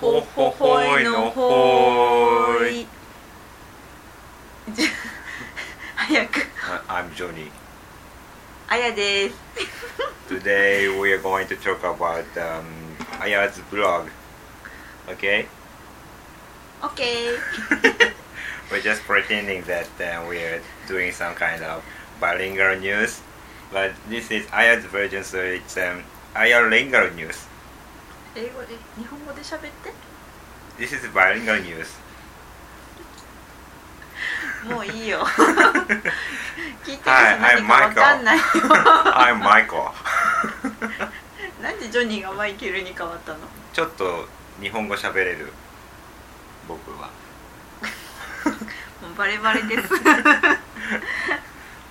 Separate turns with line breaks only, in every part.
ほほほいのほい。
じゃ 早く
I'm Johnny.
あやです
Today we are going to talk about um, Aya's blog. Okay?
オッケー
We're just pretending that uh, we're doing some kind of bilingual news. But this is Aya's version, so it's um, Aya lingual news.
英語で日本語で喋って
This is bilingual news.
もういい よ聞いてる人
はい
何かわかんないよ
I'm Michael.
なんでジョニーがマイケルに変わったの
ちょっと日本語喋れる僕は。
もうバレバレ です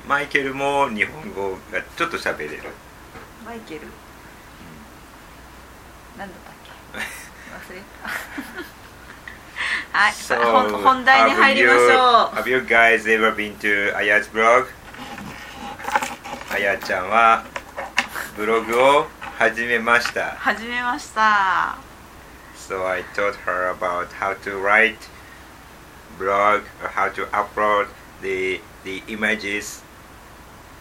マイケルも日本語がちょっと喋れる。
マイケルなんだったっ け忘れた はい、 さあほん本題に入りましょ
Have you, have you guys ever been to Aya's blog? あやちゃんはブログを始めまし
う
た。
始めました
So I taught her about how to write blog or how to upload the the images.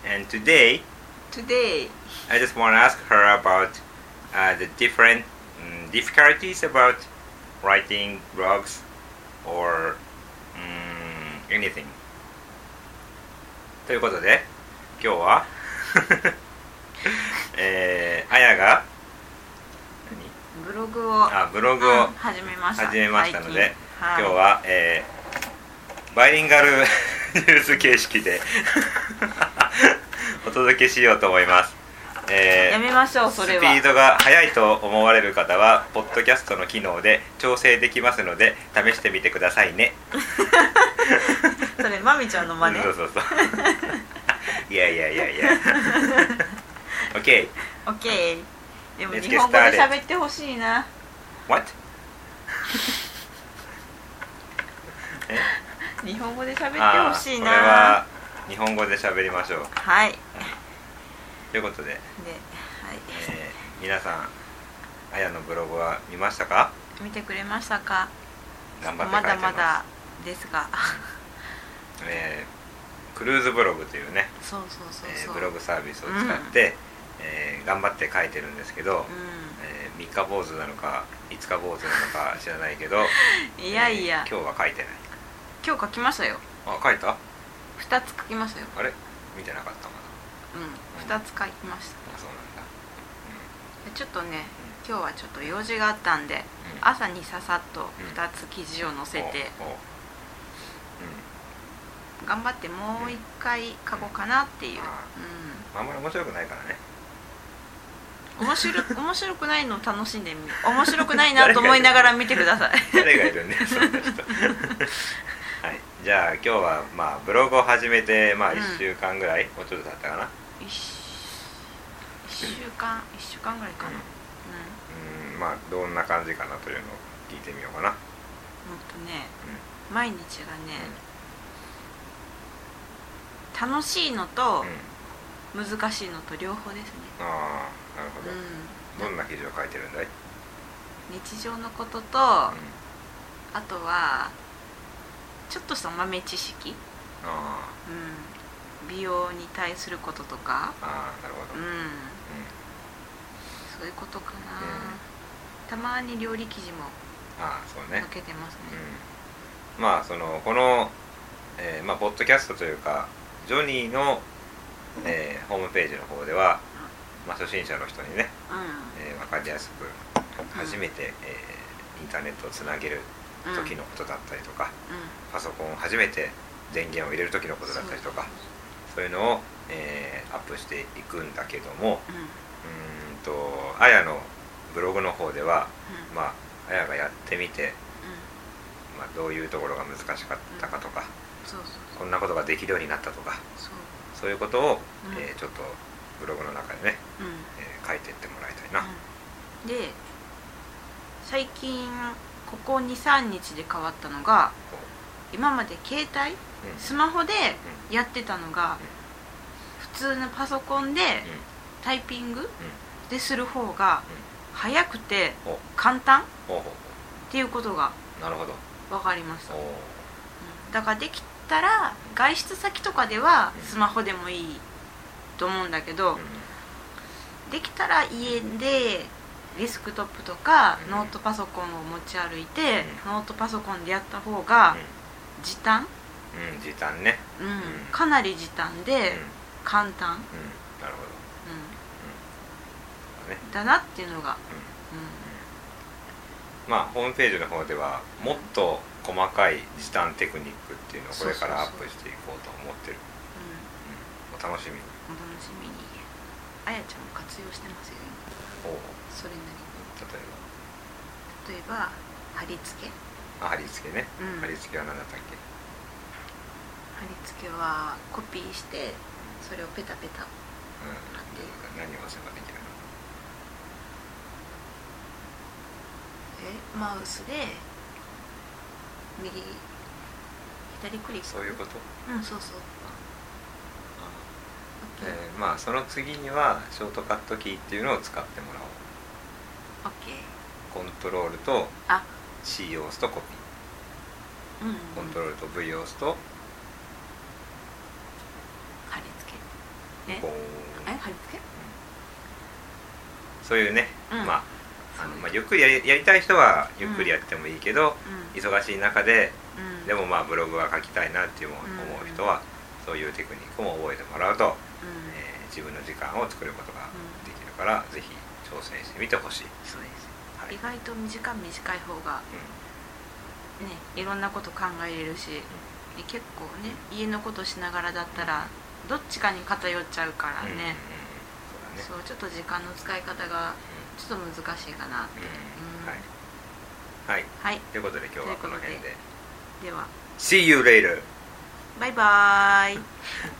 And today
Today
I just want to ask her about uh, the different mm difficulties about writing blogs or mm, anything. ということで今日は えー、あやが
ブログを
何あブログを
うん始めました
始めましたので、今
最
日
近い
は、えーバイリンガル ニュース形式で お届けしようと思います。えー
やめましょうそれは
スピードが速いと思われる方はポッドキャストの機能で調整できますので試してみてくださいね。
それマミちゃんの真似
そうそうそう。い やいやい やいや。okay,
オッケーでも
Let's
日本語
get
で
started.
喋ってほしいな
what? え
日本語で喋って
あ
ほ
ー
しい
これ
な
は日本語で喋りましょう。
はいで
ということで、え
はい
ー皆さんあやのブログは見ましたか？
見てくれましたか
頑張って
ま
書いてま
だ
す。
まだですが
えークルーズブログというね。
そうそうそう
え
そ
ー
う
ブログサービスを使って、えー頑張って書いてるんですけど、
う
えー、3日坊主なのか5日坊主なのか知らないけど
んいやいや
えー今日は書いてない
今日書きましたよ
あ書いた
2つ書きましたよ
あれ見てなかったま
うん2つ書きました
だあそうなんだ
でちょっとね今日はちょっと用事があったんで
うん
朝にささっと2つ記事を載せて
おおうん
頑張ってもう一回書こうかなっていう、
あまああんまり面白くないからね
うん、面白い 面白くないのを楽しんでみ面白くないなと思いながら見てくだ さい
誰がいるんだ よそんな人はいじゃあ今日はまあブログを始めてまあ
うん
1週間ぐらい、もうちょっと経ったかな
一週一週間一週間ぐらいかなうん
うんうんまあどんな感じかなというのを聞いてみようかな
もっとね毎日がね楽しいの
う
と
ん、うん
難しいのと両方ですね、
ああなるほど、
う
ど
ん、
んな記事を書いてるんだい、
日常のことと
あ
あとはちょっとした豆知識
あ
うん、美容に対することとか、
ああなるほど、
う
うん
ん、そういうことかな、たまに料理記事も
ああそう
載
ね
っ、けてますね
うん、まあそのこの、えーまあ、ポッドキャストというかジョニーの、えーホームページの方では、まあ、初心者の人にね、
う
えー、分かりやすく初めて、えーインターネットをつなげる
ん、うん、
時のことだったりとか、
う
パソコンを初めて電源を入れる時のこ
ん
とだったりとかそういうのを、えーアップしていくんだけども、
うんうん
うーんとあやのブログの方ではまああやがやってみて、
う
まあ、どういうところが難しかったかとか、
んそうそう
こんなことができるようになったとか
そう
そういうことを、
うん
えーちょっとブログの中でね、
うんうん
えー書いてってもらいたいな、
で最近ここ23日で変わったのが
こ
今まで携帯
ううん
スマホでやってたのが普通のパソコンでタイピングでする方が早くて
うんお
簡単
ほうほうほう
っていうことが
なるほど
分かりました、
お
うん
ー
だからできたら外出先とかではスマホでもいいと思うんだけど、
う
できたら家でデスクトップとか
うん
ノートパソコンを持ち歩いて、
う
ノートパソコンでやった方が時短、
ん、うん、時短ね
うん
ん
かなり時短
うん、う
で
ん、
簡単、うん
なるほどね
だなっていうのが、
まあホームページの方ではもっと細かい時短テクニックっていうのをこれからアップしていこうと思ってる
う
うんお楽しみ
ん
に
うん、お楽しみにあやちゃんも活用してますよ今
おう
それな
例
り
え
に例えば貼り付け
ばあ貼り付けね、
うん
貼り付けは何だったっけ
貼り付けはコピーしてそれをペタペタ
うん、何を押せばできるの
えマウスで右左クリック
そういうこと、
うんそうそう
え
OK
ーまあその次にはショートカットキーっていうのを使ってもらおう
OK
コントロールと
あ
C を押すとコピ
うん
ーコント
貼
ロールと V を押すと
り付けえ
ボーン
え貼り付け
そういうね、
うん
まああの
そういう
まあ、ゆっくりやりやりたい人はゆっくりやってもいいけど、
う
忙しい中で
んうん
でもまあブログは書きたいなっていう思
うん
う人は、そういうテクニックも覚えてもらうと、
うん
えー自分の時間を作ることができるから、ぜひ挑戦してみてほしい、
そうです
はい
意外と短い短い方がねいろんなこと考えれるしね結構ね家のことしながらだったらどっちかに偏っちゃうから
うんうんうん
ね
うんそうだね
そうちょっと時間の使い方がちょっと難しいかなって
うん
うん
はい、はい、
はい
ということで今日はこの辺で
では
「See you later!」
バイバーイ